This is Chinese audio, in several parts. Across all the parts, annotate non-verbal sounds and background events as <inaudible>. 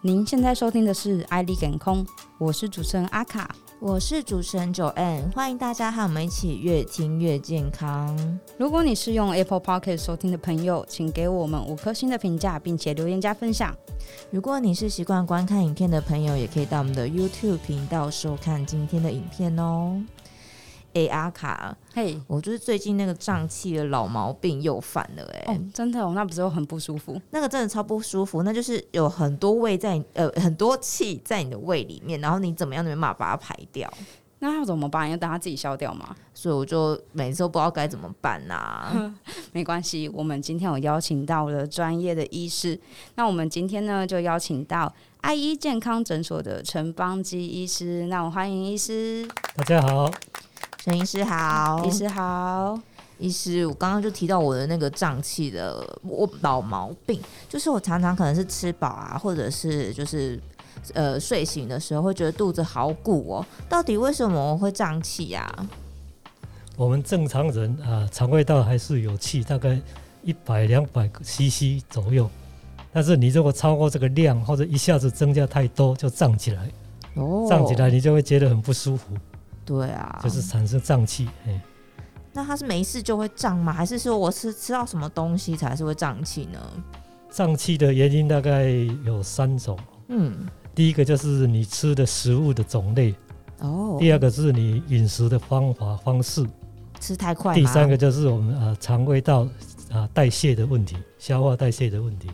您现在收听的是《爱丽感空》，我是主持人阿卡。我是主持人九 N，欢迎大家和我们一起越听越健康。如果你是用 Apple Pocket 收听的朋友，请给我们五颗星的评价，并且留言加分享。如果你是习惯观看影片的朋友，也可以到我们的 YouTube 频道收看今天的影片哦。哎，阿卡，嘿、我就是最近那个胀气的老毛病又犯了哎、哦，真的哦，那不是又很不舒服？那个真的超不舒服，那就是有很多胃在你呃很多气在你的胃里面，然后你怎么样都没办法把它排掉，那要怎么办？要等它自己消掉吗？所以我就每次都不知道该怎么办呐、啊没关系，我们今天有邀请到了专业的医师。那我们今天呢，就邀请到爱医健康诊所的陈邦基医师。那我欢迎医师，大家好，陈医师好，医师好。医师，我刚刚就提到我的那个胀气的我老毛病，就是我常常可能是吃饱啊，或者是就是呃睡醒的时候会觉得肚子好鼓哦，到底为什么我会胀气呀、我们正常人啊、肠胃道还是有气，大概一百两百 CC 左右。但是你如果超过这个量，或者一下子增加太多，就胀起来，哦胀起来你就会觉得很不舒服，对啊，就是产生胀气。哎，那他是没事就会胀吗？还是说我是吃到什么东西才是会胀气呢？胀气的原因大概有三种，嗯，第一个就是你吃的食物的种类，哦，第二个是你饮食的方法方式，吃太快吗，第三个就是我们啊、肠胃道啊、代谢的问题，消化代谢的问题。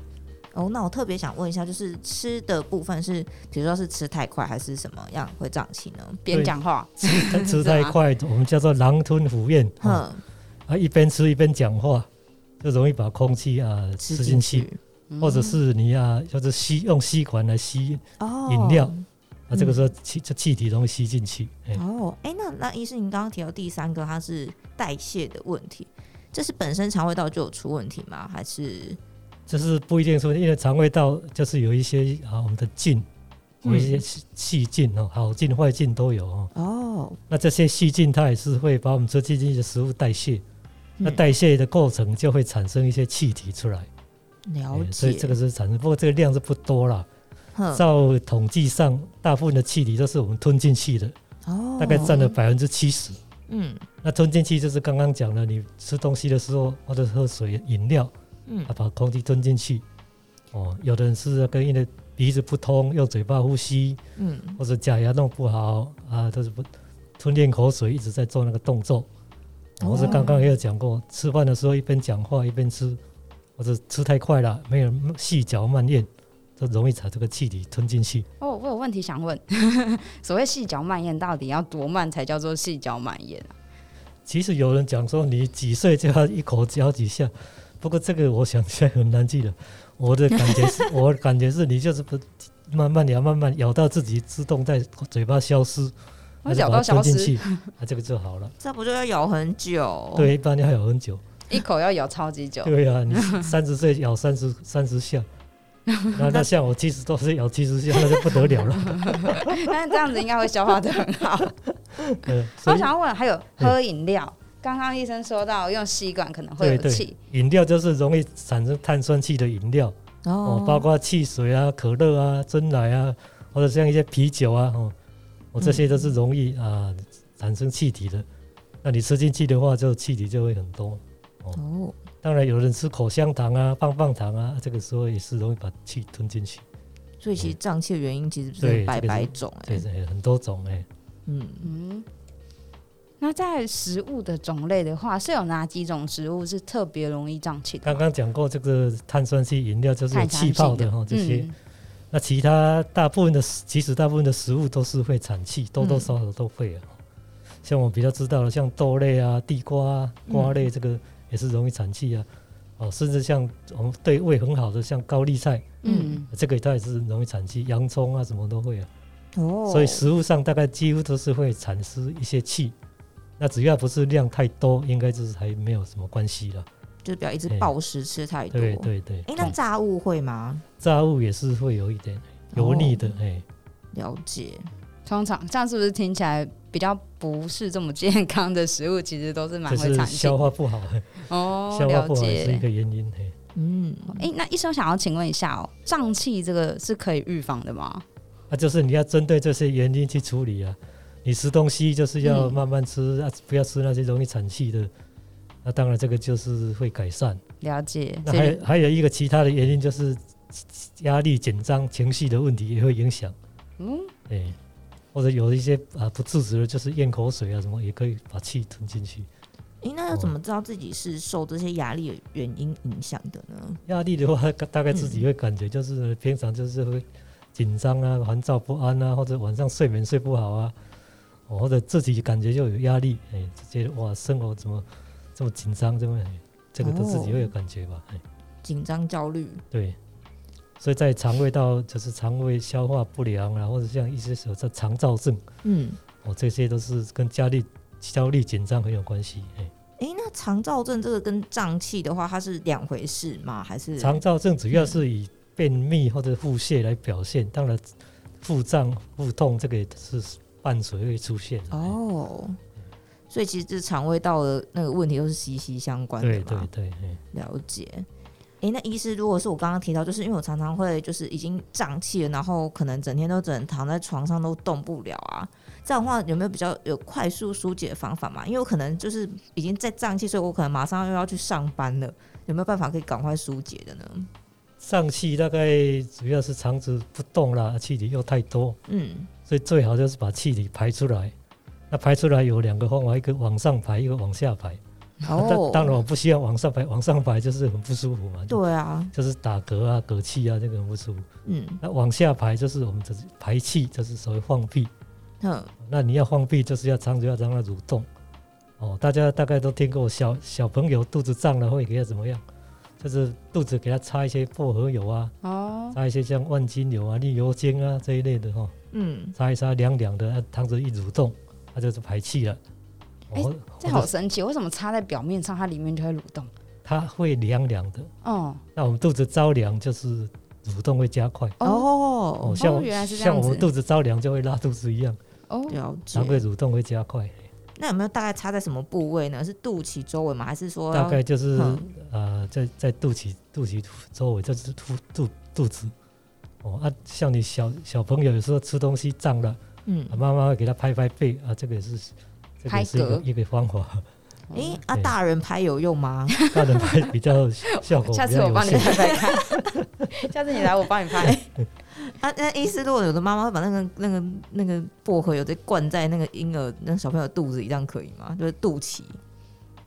哦，那我特别想问一下，就是吃的部分是，比如说是吃太快还是什么样会胀气呢？边讲话，吃吃太快，我们叫做狼吞虎咽。啊哼，啊，一边吃一边讲话，就容易把空气啊吃进去，去嗯或者是你啊，就是吸用吸管来吸，哦，饮料啊，嗯这个时候气这气体容易吸进去。哎，哦，哎、那那医师，您刚刚提到第三个，它是代谢的问题，这是本身肠胃道就有出问题吗？还是这是不一定说，因为肠胃道就是有一些啊，我们的菌，嗯有一些细细菌哦，好菌坏菌都有哦。哦，那这些细菌它也是会把我们吃进去的食物代谢，那嗯代谢的过程就会产生一些气体出来，了哎解？所以这个是产生，不过这个量是不多啦。哼照统计上，大部分的气体都是我们吞进去的，哦，大概占了百分之七十。嗯那吞进去就是刚刚讲了，你吃东西的时候或者喝水、饮料，嗯啊，把空气吞进去。哦，有的人是跟因为鼻子不通，用嘴巴呼吸，嗯或者假牙弄不好啊，都是不吞咽口水，一直在做那个动作。哦我是刚刚也有讲过，吃饭的时候一边讲话一边吃，或者吃太快了，没有细嚼慢咽，就容易把这个气体吞进去。哦，我有问题想问， <laughs> 所谓细嚼慢咽，到底要多慢才叫做细嚼慢咽啊？其实有人讲说你几岁就要一口嚼几下，不过这个我想现在很难记了。我的感觉是， <laughs> 我的感觉是你就是不慢慢咬，慢慢咬到自己自动在嘴巴消失，我还是咬把到它吞消进失， <laughs> 去，啊，这个就好了。这不就要咬很哦久？，对，一般要咬很久。一口要咬超级久。对啊，你三十岁咬三十三 <laughs> 十下，那那像我七十多岁咬七十下，那就不得了 <laughs> 了。但是这样子应该会消化的很好。嗯，所我以想要问，还有喝饮料，刚刚医生说到用吸管可能会对有对气，，饮料就是容易产生碳酸气的饮料。哦，包括汽水啊、可乐啊、真奶啊，或者像一些啤酒啊，哦，我这些都是容易啊、产生气体的。那你吃进去的话，就气体就会很多。哦，当然，有人吃口香糖啊、棒棒糖啊，这个时候也是容易把气吞进去。所以其实胀气的原因其实对这是个百是百种哎、对对，很多种哎、嗯，嗯。那在食物的种类的话，是有哪几种食物是特别容易胀气的刚吗？刚讲过，这个碳酸系饮料就是有碳酸气泡性的哈、哦，这些。嗯那其他大部分的，其实大部分的食物都是会产气，嗯多多少少都会啊。像我比较知道的，像豆类啊、地瓜啊、瓜嗯类，这个也是容易产气啊。哦，甚至像我们对胃很好的，像高丽菜，嗯，这个它也是容易产气，洋葱啊什么都会啊。哦，所以食物上大概几乎都是会产生一些气。那只要不是量太多，应该就是还没有什么关系了。就不要一直哎暴食吃太多。对对对，哎、那嗯炸物会吗？炸物也是会有一点油腻的哦，哎、了解。通常这样是不是听起来比较不是这么健康的食物，其实都是蛮就会是产气消化不好。哦，消化了不好也是一解。个原因。嘿，嗯，哎、那医生想要请问一下哦，胀气这个是可以预防的吗？啊，就是你要针对这些原因去处理啊。你吃东西就是要嗯慢慢吃、啊，不要吃那些容易产气的。那、当然，这个就是会改善。了解，那所以还还有一个其他的原因就是压力、紧张、情绪的问题也会影响。嗯，哎、或者有一些啊不自觉的，就是咽口水啊什么，也可以把气吞进去。诶、那要怎哦么知道自己是受这些压力的原因影响的呢？压力的话，大概自己会感觉就是平常就是会紧张啊、烦躁不安啊，或者晚上睡眠睡不好啊，哦或者自己感觉就有压力，哎、就觉得哇，生活怎么这么紧张，这么哎这个都自己会有感觉吧？哎、紧张、焦虑，对，所以在肠胃道就是肠胃消化不良啊，或者像一些所在肠燥症，嗯，哦，这些都是跟压力、焦虑、紧张很有关系。哎、诶、那肠燥症这个跟胀气的话，它是两回事吗？还是肠燥症主要是以便秘或者腹泻来表现，当然腹胀、腹痛这个也是伴随会出现的。哦？所以其实这肠胃道的那个问题都是息息相关的对嘛。对对，哎了解。诶，那医师，如果是我刚刚提到，就是因为我常常会就是已经胀气了，然后可能整天都只能躺在床上都动不了啊。这样的话，有没有比较有快速疏解的方法嘛？因为我可能就是已经在胀气，所以我可能马上又要去上班了，有没有办法可以赶快疏解的呢？上气大概主要是肠子不动啦，气体又太多， <laughs> 嗯，所以最好就是把气体排出来。那排出来有两个方法，一个往上排，一个往下排。那当、哦，当然我不希望往上排，往上排就是很不舒服嘛，就对啊，就是打嗝啊、嗝气啊，这个很不舒服。嗯那往下排就是我们的排气，就是所谓放屁。哼，那你要放屁，就是要肠子要让它蠕动。哦，大家大概都听过小小朋友肚子胀了会给他怎么样？就是肚子给他擦一些薄荷油啊，哦，擦一些像万金油啊、绿油精啊这一类的哈、哦，嗯，擦一擦凉凉的，啊肠子一蠕动，它就是排气了。哎哦，这或好者神奇，为什么插在表面上，它里面就会蠕动？它会凉凉的。哦那我们肚子着凉就是蠕动会加快。哦哦，像原来是这样像我们子肚子着凉就会拉肚子一样，哦，了解肠。胃蠕动会加快。那有没有大概插在什么部位呢？是肚脐周围吗？还是哦说大概就是嗯呃，在在肚脐肚脐周围，就是肚肚肚子。哦啊，像你小小朋友有时候吃东西胀了，嗯啊，妈妈会给他拍拍背啊，这个也是这个拍也是一个嗝一个方法， <laughs> 诶、啊，对大人拍有用吗？大人拍比较效果 <laughs> 下比次我较哦有帮你限拍拍 <laughs> 看， <laughs> 下次你来我帮你拍。啊，那医师，如果有的妈妈会把那个、那个、那个薄荷有的灌在那个婴儿、那个小朋友肚子里，这样可以吗？就是肚脐，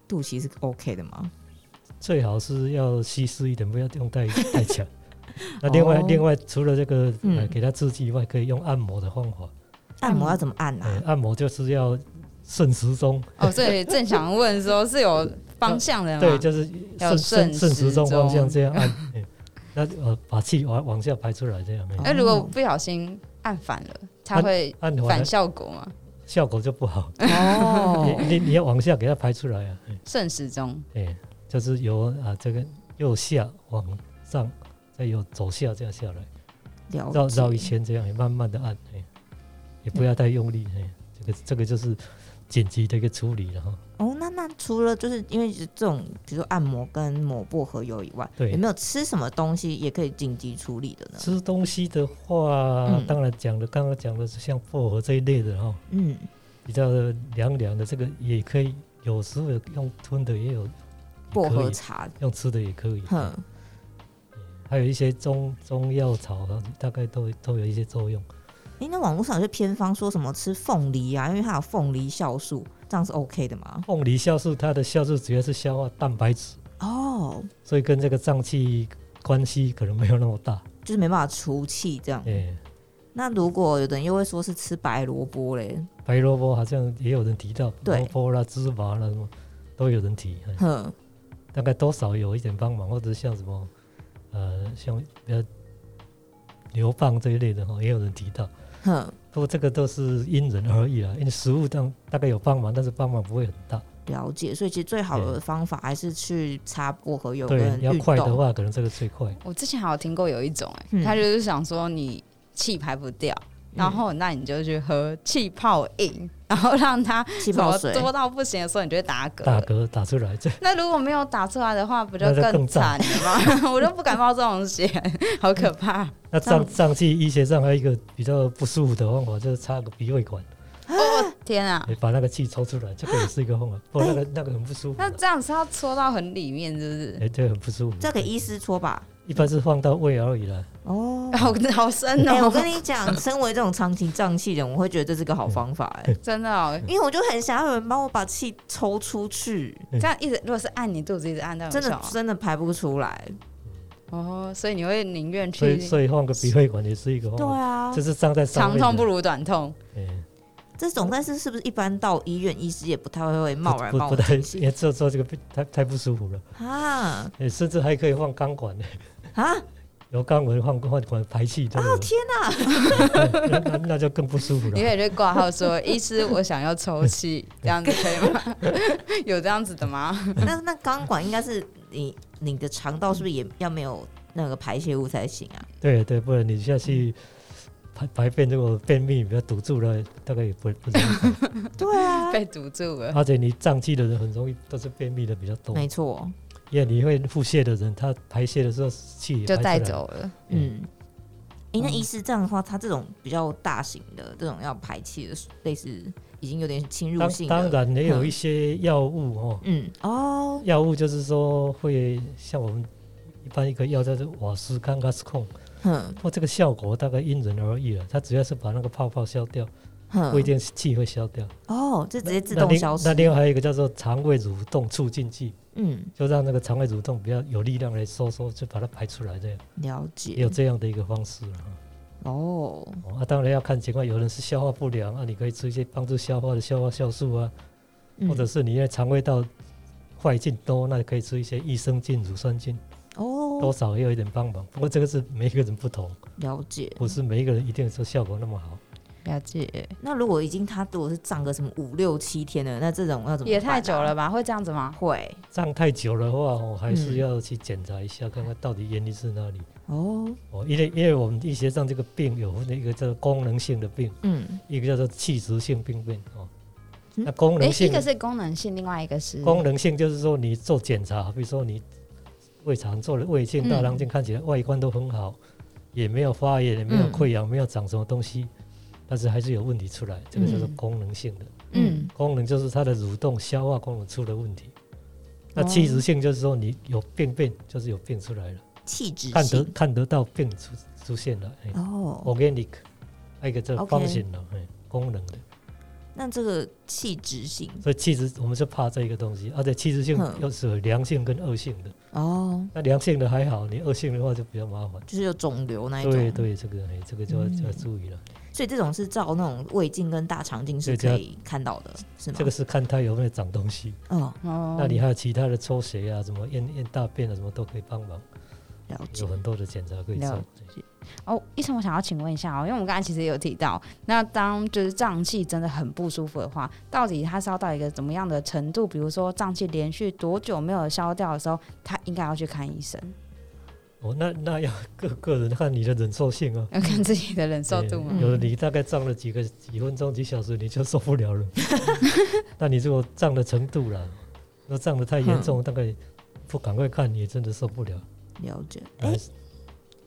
肚脐是 OK 的吗？最好是要稀释一点，不要用太太 <laughs> 强。那另外、哦另外除了这个呃嗯给他刺激以外，可以用按摩的方法。按摩要怎么按呃啊？按摩就是要顺时钟，哦，所以正想问说是有方向的吗？对，就是啊要顺顺顺顺时时钟方向钟这样按，哎那呃把气往往下排出来这样，哎啊那如果不小心按反了，它按会按完反了效果吗？效果就不好。哦，你你你要往下给它排出来啊，哎顺时钟哎，就是由啊这个右下往上，再由左下这样下 <laughs> 来，了绕绕一解。圈这样，哎慢慢的按，哎，也不要太用力，哎，这个这个就是紧急的一个处理了哈。哦，那那除了就是因为这种，比如说按摩跟抹薄荷油以外，对有没有吃什么东西也可以紧急处理的呢？吃东西的话，嗯当然讲的刚刚讲的是像薄荷这一类的哈。嗯，比较凉凉的，这个也可以，有时候有用吞的，也有薄可荷以茶，用吃的也可以，哼，还有一些中中药草啊，大概都都有一些作用。诶、那网络上有些偏方说什么吃凤梨啊，因为它有凤梨酵素，这样是 OK 的吗？凤梨酵素它的酵素主要是消化蛋白质，哦，所以跟这个胀气关系可能没有那么大。就是没办法除气这样。哎、那如果有的人又会说是吃白萝卜嘞，白萝卜好像也有人提到，对萝卜啦、芝麻啦什么都有人提，哎哼，大概多少有一点帮忙，或者像什么呃，像比较牛蒡这一类的哈，也有人提到。哼，不过这个都是因人而异啦，因为食物当大概有帮忙，但是帮忙不会很大。了解。所以其实最好的方法还是去擦薄荷油对，跟你要运快的动。话，可能这个最快。我之前好像听过有一种、哎、嗯他就是想说你气排不掉，然后那你就去喝气泡饮， <laughs> 然后让它气怎泡么水，多到不行的时候，你就会打嗝打了。嗝打出来，这那如果没有打出来的话，不就那就更更惨惨了吗？我 <laughs> 就不敢冒这种险， <laughs> 好可 <laughs> 怕！那胀胀胀气医学上还有一个比较不舒服的方法，就是插个鼻胃管，哎哦天啊！你把那个气抽出来，这个也是一个方法。不过那个那个很不舒服啊那，这样是要戳到很里面，是哎，对，很不舒服。这给医师搓吧。一般是放到胃而已啦。哦 <laughs> 不是？，好好深哎、我哦，跟你讲，身为这种长期胀气人，我会觉得这是个好方法、哎， <laughs> 真的哦。因为我就很想要有人帮我把气抽出去，嗯这样一直如果是按你肚子一直按到真的真的排不出来。哦，所以你会宁愿所以去所以放个鼻胃管也是一个方对法，啊哦就，是胀在上长面。痛不如短痛，哎这种但是是不是一般到医院，医师也不太会贸然不帮不我太进，行因为做做这个太太不舒服了。啊哎甚至还可以放钢管， <laughs> 啊！哦由钢管放放管排气都有。天哪、那 <laughs> 那那就更不舒服你了。可以去挂号 <laughs> 说医师，我想要抽气，这样子可以吗？ <laughs> 有这样子的吗？ <laughs> <laughs> 那那钢管应该是你你的肠道是不是也要没有那个排泄物才行啊？对对，不然你下去排排便，如果便秘比较堵住了，大概也不不能。 <laughs> 对啊，被堵住了，而且你胀气的人很容易都是便秘的比较多， <laughs> 没错，因为你会腹泻的人，他排泄的时候气也就排出带来。走了。嗯。诶，那嗯医师这样的话，他这种比较大型的这种要排气的，类似已经有点侵入当性的当然也有一些药物哦，嗯哦，药物就是说会像我们一般一个药叫做瓦斯康嘎斯控，哼不过这个效果大概因人而异了。它只要是把那个泡泡消掉，不一哼，定气会消掉。哦，就直接嗯自那动另消失那。另外还有一个叫做肠胃蠕动促进剂，嗯，就让那个肠胃蠕动比较有力量来收缩，就把它排出来，这样了也解有。这样的一个方式了。哦，哦，啊，当然要看情况，有人是消化不良啊，你可以吃一些帮助消化的消化酵素啊，嗯或者是你因为肠胃道坏菌多，那你可以吃一些益生菌、乳酸菌，多哦，少也有一点帮忙。不过这个是每一个人不同，了解。不是每一个人一定说效果那么好。了解，那如果已经他如果是胀个什么五六七天的，那这种要怎么、啊也太久了，吧？会这样子吗？会胀太久的话，哦、还嗯是要去检查一下，看看到底原因是哪里。哦，哦，因为因为我们医学上这个病有那个叫做功能性的病，嗯，一个叫做器质性病变哦。嗯那功诶能性一个是嗯功能性，另外一个是功能性就是说你做检查，比如说你胃肠做了胃镜、嗯大肠镜，看起来外观都很好，也没有发炎，也没有溃疡，没有长什么东西，但是还是有问题出来，这个叫做嗯功能性的。嗯嗯功能就是它的蠕动、消化功能出了问题。那哦器质性就是说你有病变，就是有病出来了，气质看得性看得到病出出现了。哎哦， organic，还有一个叫 OK function 的、哎功能的。那这个气质性所以气质我们是怕这一个东西，而且气质性嗯又是有良性跟恶性的。哦，那良性的还好，你恶性的话就比较麻烦。就是有肿瘤那一种，对，对，这个哎，这个就嗯要就要注意了。所以这种是照那种胃镜跟大肠镜是对这可样以看到的，是吗？这个是看它有没有长东西。哦，哦那你还有其他的抽血啊，什么验验大便啊，什么都可以帮忙，了解有，很多的检查可以了做。哎哦，医生，我想要请问一下哦，因为我们刚才其实也有提到，那当就是胀气真的很不舒服的话，到底它是要到一个怎么样的程度？比如说胀气连续多久没有消掉的时候，他应该要去看医生，哦，那那要个个人看你的忍受性啊。要看自己的忍受度对啊吗？有的你大概胀了几个几分钟、几小时，你就受不了 <laughs> 了。那你如果胀的程度啦，那胀的太严嗯重，大概不赶快看，你真的受不了。了解。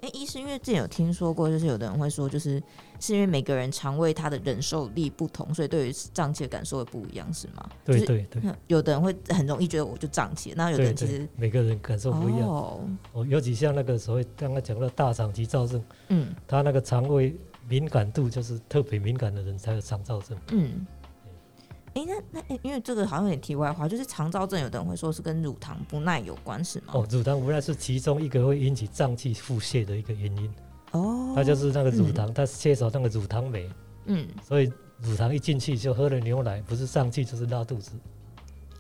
哎、哎、医师，因为之前有听说过，就是有的人会说，就是是因为每个人肠胃它的忍受力不同，所以对于胀气的感受会不一样，是吗？对就是对对嗯有的人会很容易觉得我就胀气，那有的对人其实对，每个人感受不一样。哦，哦，尤其像那个所谓刚刚讲到大肠急躁症，嗯他那个肠胃敏感度就是特别敏感的人才有肠燥症。嗯。哎、那那、诶因为这个好像有点题外话，就是肠燥症，有的人会说是跟乳糖不耐有关，是吗？哦，乳糖不耐是其中一个会引起胀气腹泻的一个原因，哦，它就是那个乳嗯糖，它缺少那个乳糖酶，嗯，所以乳糖一进去就喝了牛奶，不是胀气就是拉肚子，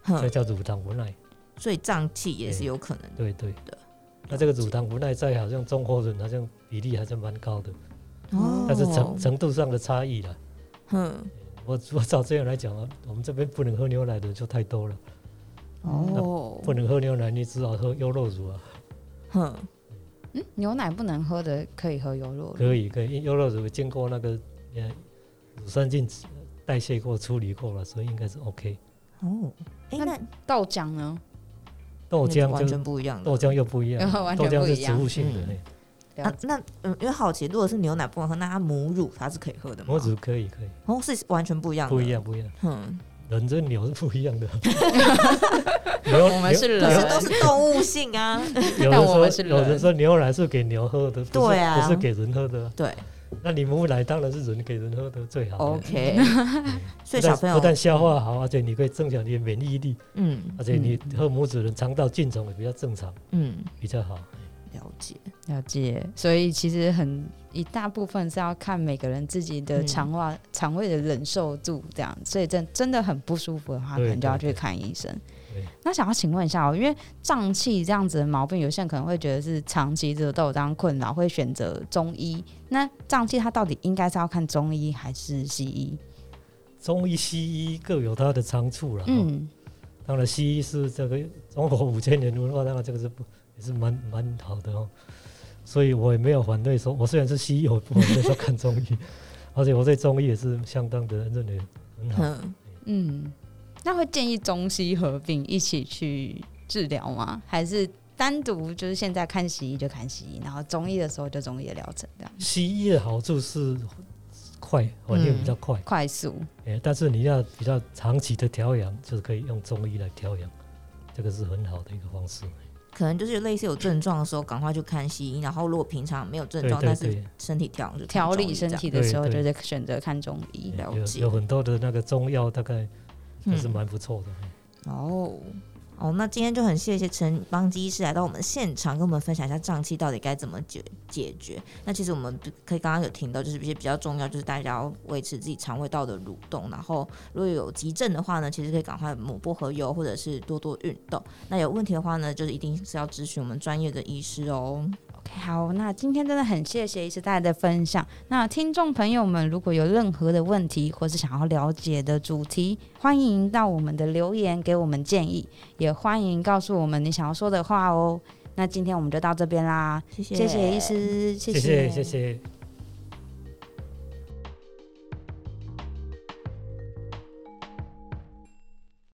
这哼，叫乳糖不耐。所以胀气也是对有可能的对对。那这个乳糖不耐在好像中国人好像比例还是蛮高的，哦。嗯但是嗯程程度上的差异啦。哼，我我照这样来讲啊，我们这边不能喝牛奶的就太多了，嗯哦，不能喝牛奶，你只好喝优酪乳啊。哼，嗯，牛奶不能喝的可以喝优酪乳，可以可以，因为优酪乳经过那个呃乳酸菌代谢过、处理过了，所以应该是 OK。哦，哎、那那豆浆呢？豆浆完就全不一样的豆浆又不一 <laughs> 样完了，豆全浆不是一植样物性的，嗯嘿啊。那嗯，因为好奇，如果是牛奶不能喝，那它母乳它是可以喝的吗？母乳可以可以，哦是完全不一样的，不一样。不一样，嗯，人跟牛是不一 <laughs> 样的。牛我们是牛可人是都是动物性啊。 <laughs> 有但我们人是人说，有人说牛奶是给牛喝的，不是对啊不是给人喝的啊。对那你母奶当然是人给人喝的最好的。 ，OK。所以 <laughs> 小不但朋不友，但消化好，而且你可以增强你的免疫力，嗯，而且你喝母子的肠道菌种也比较正常，嗯比较好。嗯了解，了解，所以其实很一大部分是要看每个人自己的嗯肠胃、啊肠胃的忍受度这样，所以真真的很不舒服的话，可对能就对要去对看医生对。那想要请问一下哦，因为胀气这样子的毛病，有些人可能会觉得是长期的都有当困扰，会选择中医。那胀气它到底应该是要看中医还是西医？中医、西医各有它的长处了。嗯，嗯，当然西医是这个中国五千年文化，当然这个是不也是蛮蛮好的哦。所以我也没有反对说，我虽然是西医，我不反对说看中医， <laughs> 而且我对中医也是相当的认为很好。嗯，嗯，那会建议中西合并一起去治疗吗？还是单独就是现在看西医就看西医，然后中医的时候就中医的疗程这样西医的好处是快，反应比较快。快速？嗯哎、但是你要比较长期的调养，就是可以用中医来调养，这个是很好的一个方式。可能就是类似有症状的时候，赶快去看西医。然后如果平常没有症对状，对但是对，身体调养就看调中理医身这样体的时候，就对是选择看中医。了解嗯有有很多的那个中药，大概还是蛮不错的。哦。哦，那今天就很谢谢陈邦基医师来到我们现场，跟我们分享一下胀气到底该怎么解解决。那其实我们可以刚刚有听到，就是一些比较重要，就是大家要维持自己肠胃道的蠕动。然后如果有急症的话呢，其实可以赶快抹薄荷油，或者是多多运动。那有问题的话呢，就是一定是要咨询我们专业的医师哦。 OK，好，那今天真的很谢谢医师大家的分享。那听众朋友们，如果有任何的问题或是想要了解的主题，欢迎到我们的留言给我们建议，也欢迎告诉我们你想要说的话哦。那今天我们就到这边啦，谢谢，谢谢医师，谢谢谢谢谢。